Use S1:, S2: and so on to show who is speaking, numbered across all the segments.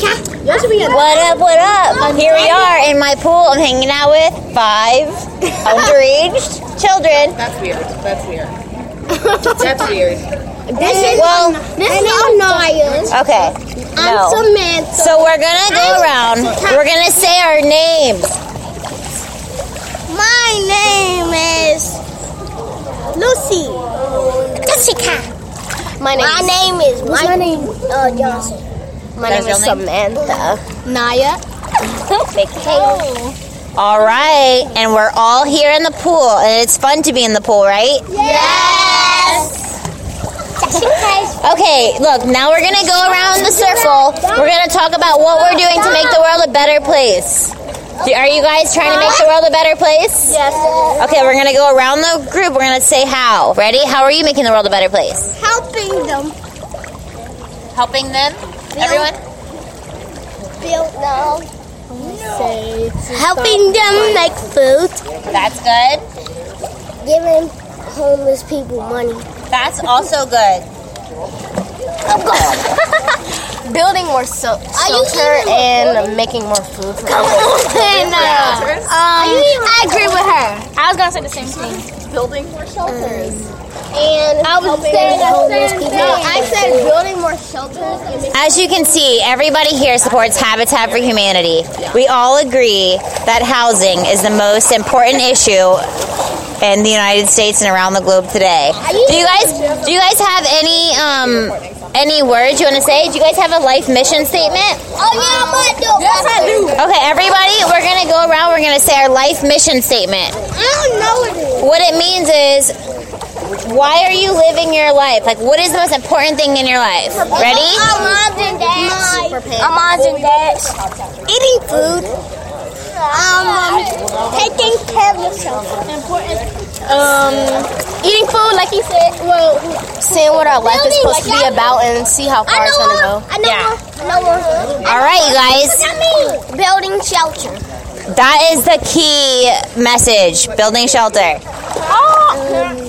S1: to be in.
S2: What up, what up? Here we are in my pool. I'm hanging out with five underage children.
S1: That's weird. That's weird. That's weird.
S3: This is
S2: Well-
S3: this is annoying.
S2: Okay.
S3: I'm
S2: No.
S3: Samantha.
S2: So we're gonna go around. We're gonna say our names.
S3: My name is Lucy. Jessica. My name. My name is. What's my, name? Uh, Johnson. My
S2: That's
S3: name is
S2: your name?
S3: Samantha. Naya. Oh,
S2: All right, and we're all here in the pool, and it's fun to be in the pool, right?
S3: Yes. Jessica.
S2: Okay, look, now we're gonna go around the circle. We're gonna talk about what we're doing to make the world a better place. Do- Are you guys trying to make the world a better place?
S3: Yes.
S2: Okay, we're gonna go around the group. We're gonna say how. Ready? How are you making the world a better place?
S3: Helping them
S2: Helping them? Everyone?
S3: build now. Helping them make food.
S2: That's good.
S3: Giving homeless people money.
S2: That's also good. Oh,
S4: building more so- shelter and making more food for
S3: Come on,
S2: uh,
S3: Naya. Um, I agree with her.
S4: I was gonna say the same thing.
S1: Building more shelters.
S3: And I was saying the homeless people. I said building more shelters and
S2: As you can see, everybody here supports Habitat for Humanity. We all agree that housing is the most important issue in the United States and around the globe today. Do you guys do you guys have any um any words you want to say? Do you guys have a life mission statement?
S3: Oh yeah, I do. Yes, I do.
S2: Okay, everybody, we're going to go around. We're going to say our life mission statement.
S3: I don't know what it is.
S2: What it means is why are you living your life? Like what is the most important thing in your life? Ready?
S3: Our moms and dads. Our moms and dads. Eating food. Um, taking care of yourself. Important.
S4: Um, eating food, like you said. Well, seeing what our life is supposed to be about and see how
S3: I
S4: far it's
S3: know
S4: gonna
S3: one.
S4: go.
S3: I know one. I know one.
S2: All right, you guys.
S3: I mean, building shelter.
S2: That is the key message building shelter.
S3: Oh. Um,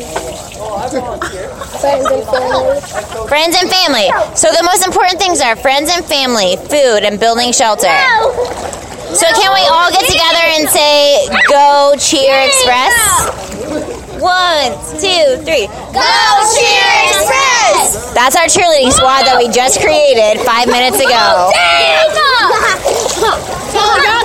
S3: Friends and family.
S2: Friends and family. So the most important things are friends and family, food, and building shelter. So can we all get together and say, Go Cheer Express? One, two, three.
S3: Go cheer express.
S2: That's our cheerleading squad that we just created five minutes ago.
S3: Go.